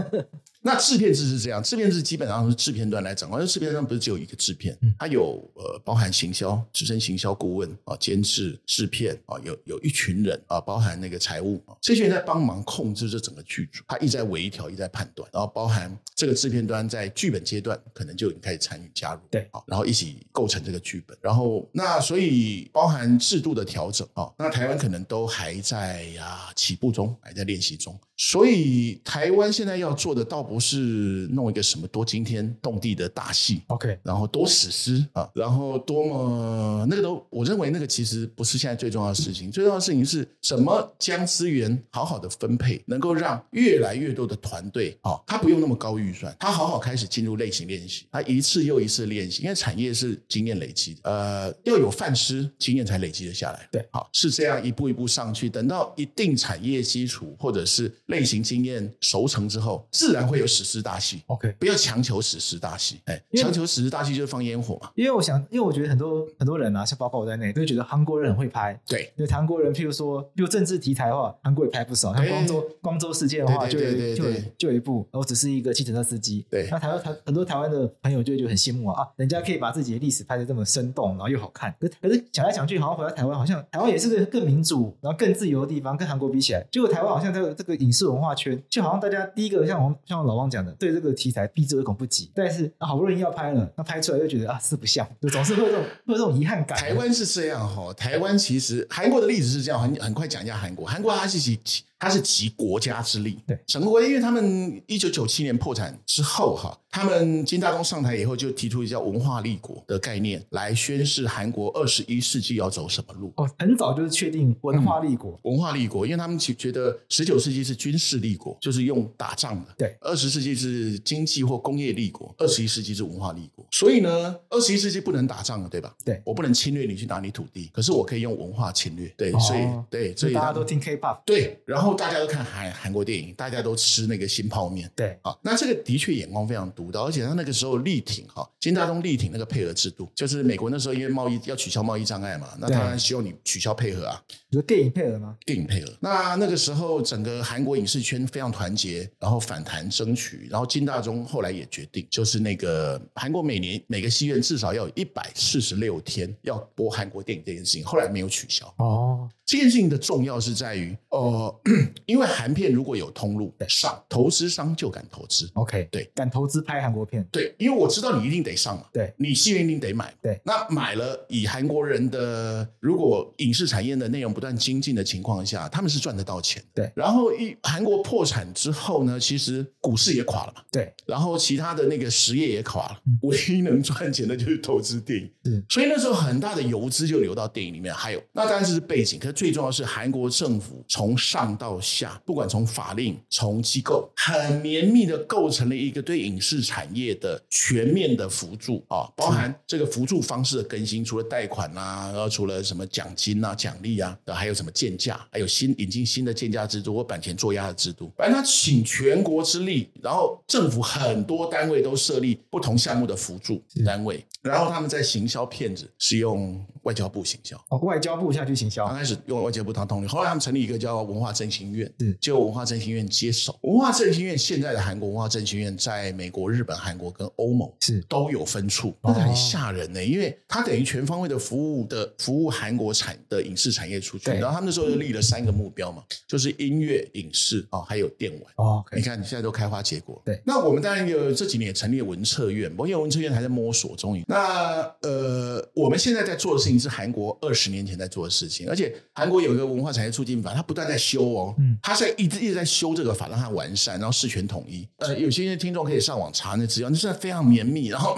那制片制是这样，制片制基本上是制片端来掌管，因为制片端不是只有一个制片，它有呃包含行销、资深行销顾问啊、监制、制片啊，有有一群人啊，包含那个财务，啊这些人在帮忙控制这整个剧组，他一直在微调，一直在判断，然后包含这个制片端在剧本阶段可能就已经开始参与加入，对好，然后一起构成这个剧本，然后那所以包含制度的调整啊、那台湾可能都还在呀、起步中，还在练习中，所以台湾现在要做的倒不是弄一个什么多惊天动地的大戏， OK，然后多史诗啊，然后多么那个都，我认为那个其实不是现在最重要的事情，最重要的事情是怎么将资源好好的分配，能够让越来越多的团队啊，他不用那么高预算，他好好开始进入类型练习，他一次又一次练习，因为产业是经验累积的，呃，要有范师经验才累积得下来。对，好是这样一步一步上去，等到一定产业基础或者是类型经验熟成之后，自然会有史诗大戏。 OK 不要强求史诗大戏，哎，因为强求史诗大戏就是放烟火嘛。因为我想，因为我觉得很多很多人啊，像包括我在内，都会觉得韩国人很会拍。对，因为韩国人，譬如说，譬如政治题材的话，韩国也拍不少。像对光州光州事件的话，对就对有对对就有对就有一部，我只是一个计程车司机。对那台湾台很多台湾的朋友就会觉得很羡慕啊，啊，人家可以把自己的历史拍的这么生动，然后又好看。可是可是想来想去，好像回到台湾，好像台湾也是个更民主，然后更自由的地方，跟韩国比起来，结果台湾好像在这个影视文化圈，就好像大家第一个像王像老王讲的，对这个题材避之唯恐不及，但是、啊、好不容易要拍了，那拍出来又觉得啊四不像，就总是会有这种会有这种遗憾感。台湾是这样哈、台湾其实韩国的例子是这样，很很快讲一下韩国。韩国它是集它是集国家之力，对整个国家，因为他们一九九七年破产之后哈，他们金大中上台以后就提出一叫文化立国的概念，来宣示韩国二十一世纪要走什么路。哦，很早就是确定文化立国。文化立国，因为他们其觉得十九世纪是军事立国，就是用打仗的；对，二十世纪是经济或工业立国，二十一世纪是文化立国。所以呢，二十一世纪不能打仗了，对吧？对我不能侵略你去拿你土地，可是我可以用文化侵略。对，哦所以对，所以大他家们都听 K-pop，对，然后大家都看韩韩国电影，大家都吃那个新泡面。对，啊，那这个的确眼光非常独到，而且他那个时候力挺哈、金大中力挺那个配额制度，就是美国那时候因为贸易要取消贸易障碍嘛，那对当然希望你取消配合啊，你说电影配合吗？电影配合。那那个时候，整个韩国影视圈非常团结，然后反弹争取，然后金大中后来也决定，就是那个韩国每年每个戏院至少要有一百四十六天要嗯播韩国电影这件事情，后来没有取消。哦， <laughs> 这件事情的重要是在于，呃， <clears throat> 因为韩片如果有通路上，投资商就敢投资。 OK，对，敢投资拍韩国片，对，因为我知道你一定得上嘛，嗯对你戏院一定得买嘛，对那买了，以韩国人的如果影视产业的内容不断精进的情况下，他们是赚得到钱的，对然后一韩国破产之后呢，其实股市也垮了嘛，对，然后其他的那个实业也垮了，唯一能赚钱的就是投资电影是。所以那时候很大的游资就流到电影里面。还有，那当然这是背景，可是最重要的是韩国政府从上到下，不管从法令、从机构，很绵密的构成了一个对影视产业的全面的扶助啊，包含这个扶助方式的更新，除了贷款啦、啊然后除了什么奖金啊、奖励啊，还有什么建价，还有新引进新的建价制度或版权作押的制度，反正他请全国之力，然后政府很多单位都设立不同项目的辅助单位，然后他们在行销骗子是用外交部行销。哦，外交部下去行销刚，开始用外交部当通力，后来他们成立一个叫文化振兴院是，结果文化振兴院接手。文化振兴院现在的韩国文化振兴院，在美国、日本、韩国跟欧盟是都有分处，那很吓人呢、因为它等于全方位的服务的服务韩国产的影视产业出去。对然后他们那时候就立了三个目标嘛，就是音乐、影视啊、哦还有电玩。哦你，OK，看，你现在都开花结果。对那我们当然有这几年也成立了文策院，不过因为文策院还在摸索中。那呃，我们现在在做的事情是韩国二十年前在做的事情，而且韩国有一个文化产业促进法，它不断在修哦，嗯，它在一直一直在修这个法，让它完善，然后事权统一。呃，有些听众可以上网查那资料，那是非常绵密，然后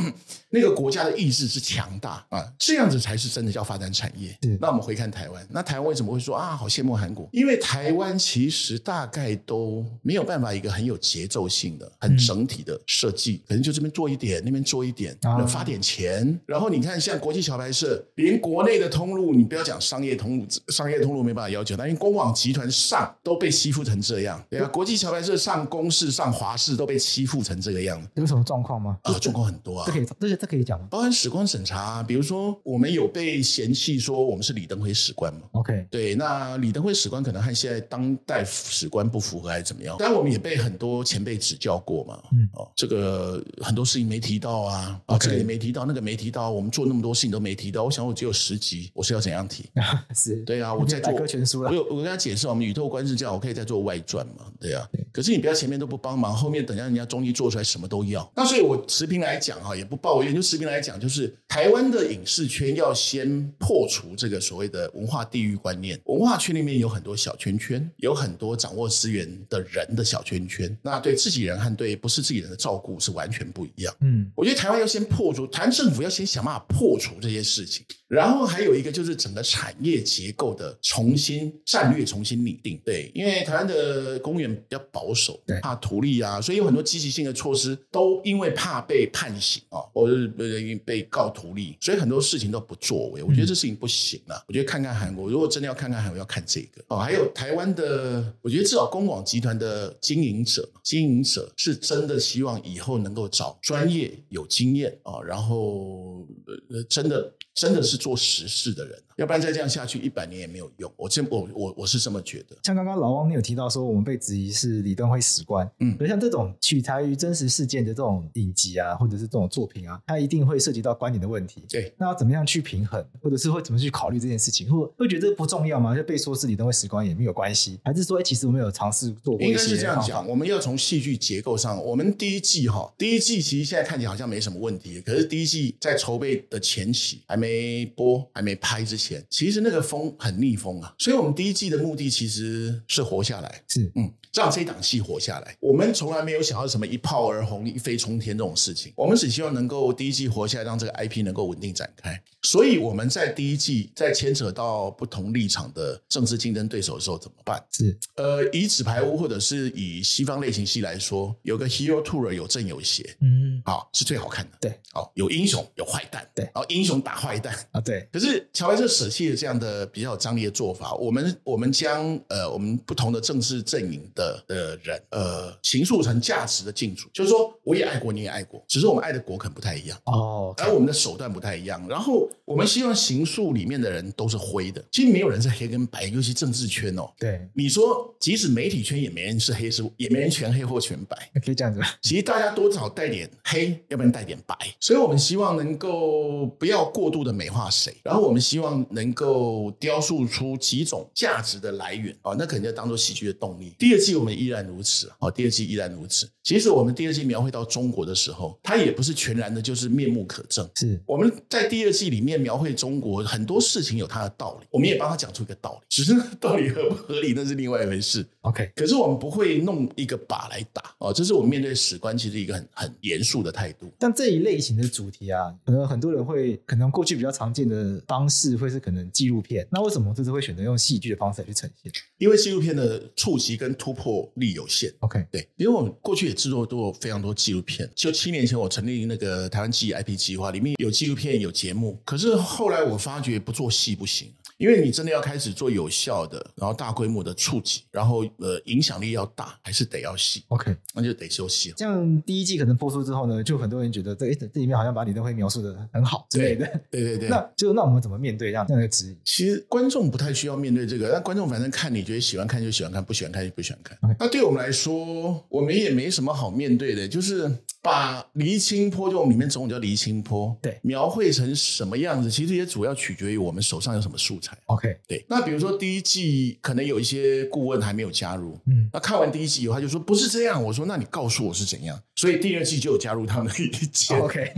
那个国家的意志之强大啊，这样子才是真的叫发展产业。是那我们回看台湾，那台湾为什么会说啊，好羡慕韩国？因为台湾其实大概都没有办法一个很有节奏性的、嗯很整体的设计，可能就这边做一点，那边做一点，啊然后发点钱。然后你看，像国际桥牌社，连国内的通路，你不要讲商业通路，商业通路没办法要求，但因为公网集团上都被欺负成这样，对啊，国际桥牌社上公视、上华视都被欺负成这个样子有什么状况吗？啊，状况很多啊这。可以，这个这可以讲吗包含史官审查、啊，比如说我们有被嫌弃说我们是李登辉史官嘛， ？OK，对，那李登辉史官可能和现在当代史官不符合，还是怎么样？当然，我们也被很多前辈指教过嘛。嗯哦，这个很多事情没提到啊，啊， OK 这个也没提到，那个没提到，我们做那么多事情都没提到。我想我只有十集，我是要怎样提？是，对啊，我在做百科全书我了，有我跟他解释，我们宇宙观是这样，我可以再做外传嘛，对啊。可是你不要前面都不帮忙，后面等下人家中医做出来什么都要。那所以我持平来讲啊哈，也不抱怨，就持平来讲，就是台湾的影视圈要先破除这个所谓的文化地域观念。文化圈里面有很多小圈圈，有很多掌握资源的人的小圈圈，那对自己人和对不是自己人的照顾是完全不一样。嗯，我觉得台湾要先破除，台湾政府要先想办法破除这些事情，然后还有一个就是整个产业结构的重新战略重新拟定。对，因为台湾的公务员比较保守对，怕图利啊，所以有很多积极性的措施都因为怕被判刑啊，或者是被被告图利，所以很多事情都不作为。我觉得这事情不行啊。我觉得看看韩国，如果真的要看看韩国，要看这个哦。还有台湾的，我觉得至少公广集团的经营者，经营者是真的希望以后能够找专业、有经验啊、哦，然后呃，呃真的真的是做实事的人，啊要不然再这样下去，一百年也没有用。我真我我我是这么觉得。像刚刚老汪你有提到说，我们被质疑是李登辉史官，嗯所以像这种取材于真实事件的这种影集啊，或者是这种作品啊，它一定会涉及到观点的问题。对，那要怎么样去平衡，或者是会怎么去考虑这件事情？或会觉得不重要吗？就被说是李登辉史官也没有关系，还是说，哎、其实我们有尝试做过应一该些是这样方法讲，我们要从戏剧结构上，我们第一季哈，第一季其实现在看起来好像没什么问题，可是第一季在筹备的前期，还没播、还没拍之前，其实那个风很逆风啊，所以我们第一季的目的其实是活下来，是嗯，让这一档戏活下来。我们从来没有想要什么一炮而红、一飞冲天这种事情，我们只希望能够第一季活下来，让这个 IP 能够稳定展开。所以我们在第一季在牵扯到不同立场的政治竞争对手的时候怎么办？是呃，以纸牌屋或者是以西方类型戏来说，有个 hero tour 有正有邪，嗯啊、是最好看的。对，哦，有英雄有坏蛋，对然后英雄打坏蛋，啊，对，可是乔白社舍弃了这样的比较有张力的做法，我们我们将呃我们不同的政治阵营的的的人，呃，形塑成价值的竞逐，就是说我也爱国，你也爱国，只是我们爱的国可能不太一样。哦，而我们的手段不太一样。然后我们希望刑诉里面的人都是灰的，其实没有人是黑跟白，尤其政治圈哦。对，你说，即使媒体圈也没人是黑是，也没人全黑或全白。可以这样子吧。其实大家多少带点黑，要不然带点白。所以我们希望能够不要过度的美化谁，然后我们希望能够雕塑出几种价值的来源啊、哦，那肯定要当做喜剧的动力。第二季我们依然如此啊、哦，第二季依然如此。其实我们第二季描绘到中国的时候，它也不是全然的就是面目可憎。是我们在第二季里面描绘中国很多事情有它的道理，我们也帮他讲出一个道理，只是那个道理合不合理那是另外一回事。 OK，可是我们不会弄一个靶来打哦，这是我们面对史官其实一个很很严肃的态度。但这一类型的主题啊，可能很多人会，可能过去比较常见的方式会是可能纪录片。那为什么这次会选择用戏剧的方式来去呈现因为纪录片的触及跟突破力有限。 ？OK，对，因为我们过去也制作过非常多纪录片。就七年前我成立那个台湾记忆 IP 计划，里面有纪录片有节目，可是后来我发觉不做戏不行。啊因为你真的要开始做有效的，然后大规模的触及，然后呃影响力要大，还是得要戏， OK，那就得休息。这样第一季可能播出之后呢，就很多人觉得这诶这里面好像把李登辉描述的很好之类的。对对对，那就那我们怎么面对这样这样的质疑？其实观众不太需要面对这个，但观众反正看你觉得喜欢看就喜欢看，不喜欢看就不喜欢看 OK。那对我们来说，我们也没什么好面对的，就是把离清坡，就我们里面总统叫离清坡，对描绘成什么样子，其实也主要取决于我们手上有什么素材。 OK，对，那比如说第一季可能有一些顾问还没有加入，嗯，那看完第一季以后他就说不是这样，我说那你告诉我是怎样，所以第二季就有加入他们的意见。哦 OK，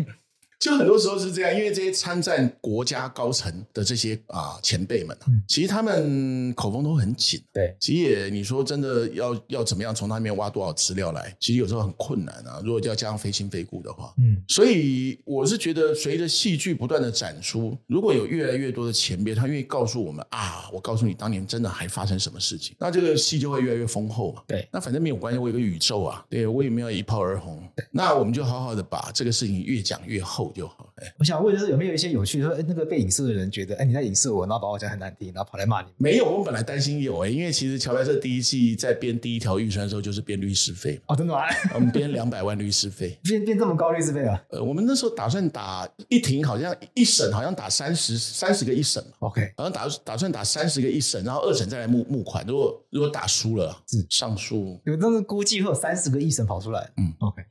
就很多时候是这样，因为这些参战国家高层的这些啊、前辈们、啊，嗯其实他们口风都很紧。啊对，其实也，你说真的要要怎么样从他那边挖多少资料来，其实有时候很困难啊。如果要加上非亲非故的话，嗯，所以我是觉得，随着戏剧不断的展出，如果有越来越多的前辈，他愿意告诉我们啊，我告诉你，当年真的还发生什么事情，那这个戏就会越来越丰厚嘛。对那反正没有关系，我有个宇宙啊，对我也没有一炮而红，那我们就好好的把这个事情越讲越厚就好。哎，我想问就是有没有一些有趣，说诶那个被影射的人觉得，哎，你在影射我，然后把我讲很难听，然后跑来骂你。没有，我们本来担心有哎、因为其实乔白社第一季在编第一条预算的时候，就是编律师费嘛，哦，真的吗？ <laughs> 我们编两百万律师费。变变这么高律师费啊呃，我们那时候打算打一庭，好像一审好像打三十三十个一审嘛。 ？OK，好像打打算打三十个一审，然后二审再来募募款。如果如果打输了是，上诉有当时估计会有三十个医生跑出来。嗯，OK，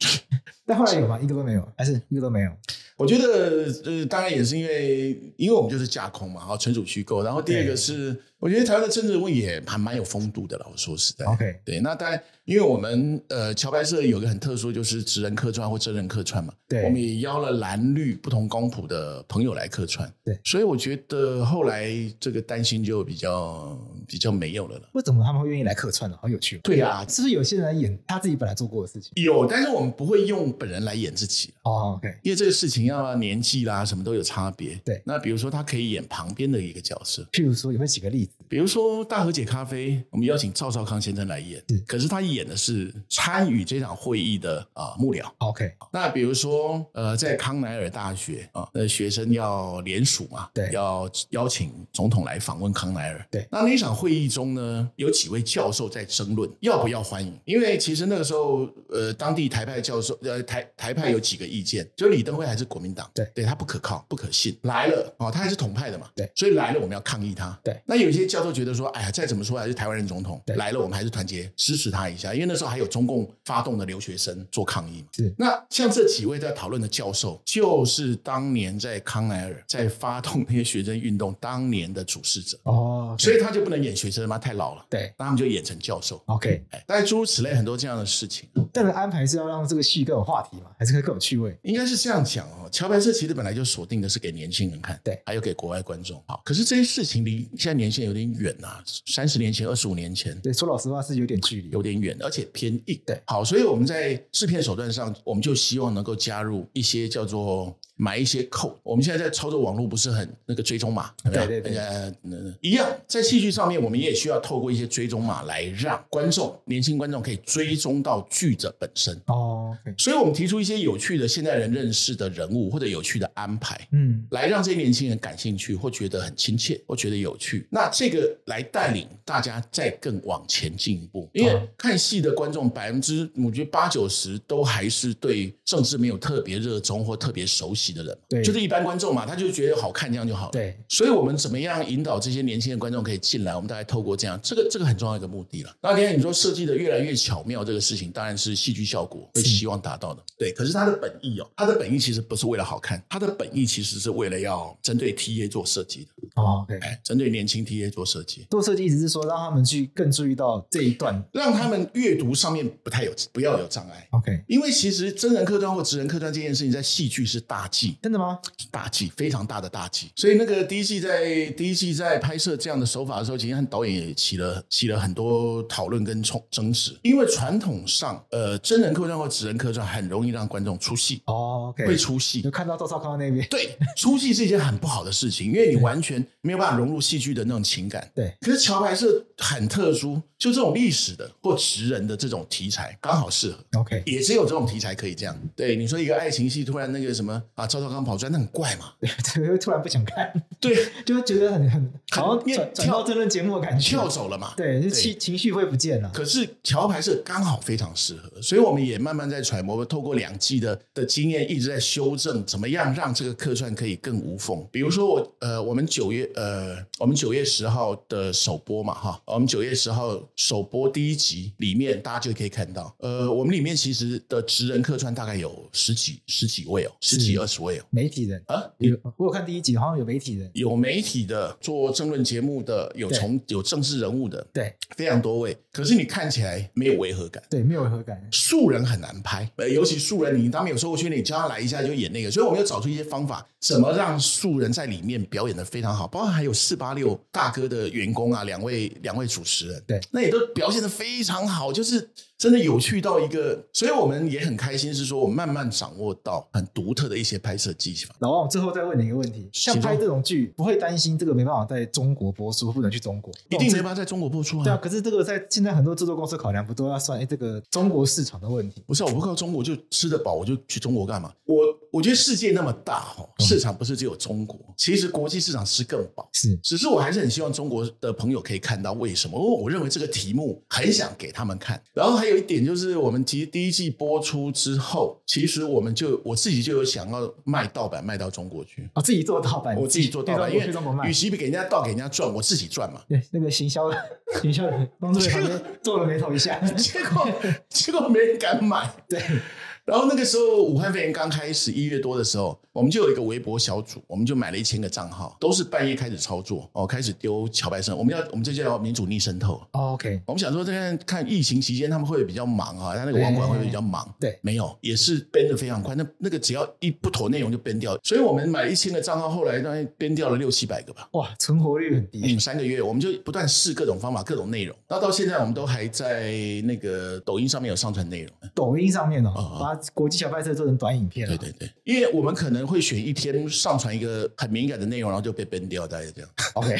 但后 <laughs> 来有吗？一个都没有，还是一个都没有？我觉得呃，当然也是因为因为我们就是架空嘛，哈，纯属虚构。然后第二个是，我觉得台湾的政治人物也还蛮有风度的了。我说实在 OK 对，那当然，因为我们呃，桥牌社有个很特殊，就是职人客串或真人客串嘛。对我们也邀了蓝绿不同光谱的朋友来客串。对所以我觉得后来这个担心就比较比较没有了了。为什么他们会愿意来客串呢？好有趣、哦。对啊是不是有些人演他自己本来做过的事情？有，但是我们不会用本人来演自己。哦，OK，因为这个事情要年纪啦，什么都有差别。对那比如说他可以演旁边的一个角色，譬如说有没有几个例子？比如说《大和解咖啡》，我们邀请赵少康先生来演是，可是他演的是参与这场会议的啊、幕僚。 OK，那比如说，呃，在康奈尔大学啊，那学生要联署嘛，对要邀请总统来访问康奈尔。对那那一场会议中呢，有几位教授在争论要不要欢迎，因为其实那个时候，呃，当地台派教授，呃，台台派有几个意见，就李登辉还是国民党，对对他不可靠、不可信，来了哦，他还是统派的嘛，对所以来了我们要抗议他，对那有些教授觉得说，哎呀，再怎么说还是台湾人总统对来了，我们还是团结支持他一下，因为那时候还有中共发动的留学生做抗议嘛。是那像这几位在讨论的教授，就是当年在康奈尔在发动那些学生运动当年的主事者，哦，OK，所以他就不能演学生嘛，太老了，对那他们就演成教授。 ，OK，哎，大概诸如此类很多这样的事情，这样的安排是要让这个戏更有话题嘛，还 <laughs> 是更有趣味？应该是这样讲哦。桥牌社其实本来就锁定的是给年轻人看，对还有给国外观众。好，可是这些事情离现在年轻人有点远呐、啊，三十年前、二十五年前，对，说老实话是有点距离。有点远，而且偏硬。对好，所以我们在制片手段上，我们就希望能够加入一些叫做买一些扣。我们现在在操作网络不是很那个追踪码，对对对呃，嗯一样在戏剧上面，我们也需要透过一些追踪码来让观众、年轻观众可以追踪到剧的本身。哦，OK，所以我们提出一些有趣的现代人认识的人物或者有趣的安排，嗯，来让这些年轻人感兴趣或觉得很亲切或觉得有趣。那这个来带领大家再更往前进一步，因为看戏的观众百分之我觉得八九十都还是对政治没有特别热衷或特别熟悉的人嘛，对就是一般观众嘛，他就觉得好看这样就好了。对，所以我们怎么样引导这些年轻的观众可以进来？我们大概透过这样，这个这个很重要一个目的了。那当然你说设计的越来越巧妙，这个事情当然是戏剧效果会希望达到的。对，可是它的本意哦，它的本意其实不是为了好看，它的本意其实是为了要针对 TA 做设计的，哦，OK，哎，针对年轻 TA 做设计。做设计意思是说让他们去更注意到这一段让他们阅读上面不太有不要有障碍， ，OK，因为其实真人客串或职人客串这件事情在戏剧是大忌，真的吗？大忌，非常大的大忌。所以那个第一季在第一季在拍摄这样的手法的时候，其实和导演也起了起了很多讨论跟冲争执，因为传统上，呃，真人客串或纸人客串很容易让观众出戏，哦，OK，会出戏就。看到赵少康那边，对，出戏是一件很不好的事情，因为你完全没有办法融入戏剧的那种情感。对，可是桥牌社很特殊，就这种历史的或职人的这种题材刚好适合。 ，OK， <laughs> 也只有这种题材可以这样。对，你说一个爱情戏突然那个什么啊，赵少康跑出来，那很怪嘛。就会突然不想看，对，就会觉得很很好像因为转转跳到真人节目的感觉跳，走了嘛。对，就情情绪会不见了。可是桥牌社刚好非常适合，所以我们也慢慢在揣摩，透过两季的的经验，一直在修正怎么样让这个客串可以更无缝。比如说我呃，我们九月呃，我们九月十号的首播嘛哈，我们九月十号首播第一集里面，大家就可以看到，呃，我们里面其实的职人客串大概有十几十几位哦，十几是二十位哦。媒体人啊，有我有看第一集，好像有媒体人，有媒体的，做政论节目的，有对从有政治人物的，对非常多位。可是你看起来没有违和感，对，没有违和感。素人很难拍，呃，尤其素人，你当面有时候我去你叫他来一下就演那个，所以我们要找出一些方法，怎么让素人在里面表演的非常好，包括还有四八六大哥的员工啊，两位两位主持人，对，那也都表现的非常好，就是真的有趣到一个，所以我们也很开心，是说我慢慢掌握到很独特的一些拍摄技法。老王，我最后再问你一个问题：像请说拍这种剧，不会担心这个没办法在中国播出，不能去中国？哦一定没办法在中国播出对啊，可是这个在现在很多制作公司考量，不都要算哎这个中国市场的问题？不是啊，我不靠中国就吃得饱，我就去中国干嘛？嗯我我觉得世界那么大哈，市场不是只有中国，其实国际市场吃更饱。是只是我还是很希望中国的朋友可以看到为什么，因为我认为这个题目很想给他们看。然后还有一点就是，我们其实第一季播出之后，其实我们就我自己就有想要卖盗版卖到中国去，啊，自己做盗版，我自己做盗版，因去中国去中国为卖与。其给人家盗给人家赚，我自己赚嘛。对，那个行销行销人工作人员旁 <laughs> 边皱了眉头一下。结果结果没人敢买。对，然后那个时候武汉肺炎刚开始一月多的时候，我们就有一个微博小组，我们就买了一千个账号，都是半夜开始操作哦，开始丢荞白生，我们要我们这叫民主逆渗透。哦 OK，我们想说，这看看疫情期间他们会不会比较忙啊，他那个网管会不会比较忙？对没有，也是编的非常快。那那个只要一不妥内容就编掉，所以我们买一千个账号，后来大概编掉了六七百个吧。哇，存活率很低嗯，。三个月，我们就不断试各种方法、各种内容。那到现在，我们都还在那个抖音上面有上传内容。抖音上面哦哦，把国际小拍摄做成短影片哦对了。对对，因为我们可能会选一天上传一个很敏感的内容，然后就被 ban 掉，大概这样， <laughs> OK，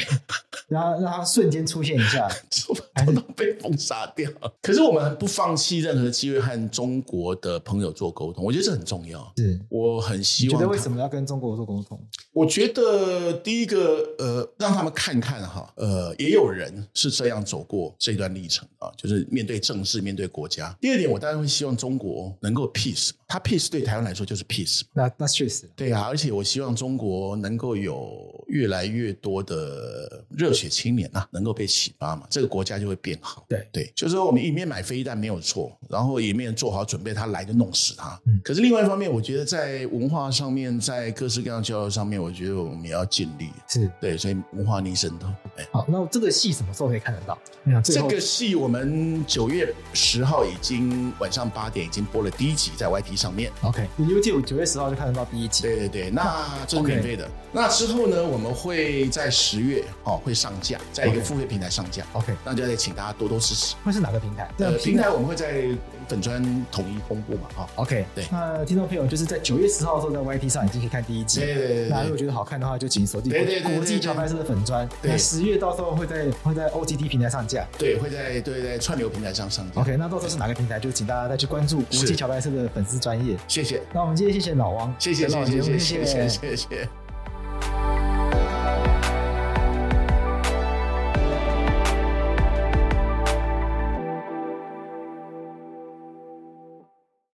然 <laughs> 后让它瞬间出现一下。就都都被封杀掉。可是我们不放弃任何机会和中国的朋友做沟通，我觉得这很重要。是，我很希你觉望得他，为什么要跟中国做沟通？我觉得第一个呃，让他们看看哈，呃，也有人是这样走过这段历程啊，就是面对政治、面对国家。第二点，我当然会希望中国能够 peace，嘛它 peace 对台湾来说就是 peace 嘛那那确实，对啊，而且我希望中国能够有越来越多的热血青年啊，能够被启发嘛，这个国家就会变好。对对，就是说我们一面买飞弹没有错，然后一面做好准备，他来就弄死他。嗯可是另外一方面，我觉得在文化上面，在各式各样的交流上面，我觉得我们也要尽力。是对，所以文化逆渗透。哎，好。那这个戏什么时候可以看得到？我想最这后个戏我们九月十号已经晚上八点已经播了第一集，在 YT 上面。 OK，你 YouTube 九月十号就看得到第一集。对对对，那这是免费的。那之后呢，我们会在十月哦会上架，在一个 OK 付费平台上架， OK，那就得请大家多多支持。会是哪个平台？呃，这平台我们会在粉砖统一公布嘛，哈。 OK，对那听众朋友就是在九月十号的时候，在 YT 上已经可以看第一集。对对对那如对果觉得好看的话，就请锁定对对对对国际桥拍社的粉砖。对那十月到时候会在会在 OTT 平台上架。对，会在对在串流平台上上架。 OK，那到时候是哪个平台，就请大家再去关注国际是桥拍社的粉丝专业。谢谢，那我们今天谢谢老王，谢谢，来到谢我们节谢，目谢谢，谢谢，谢谢。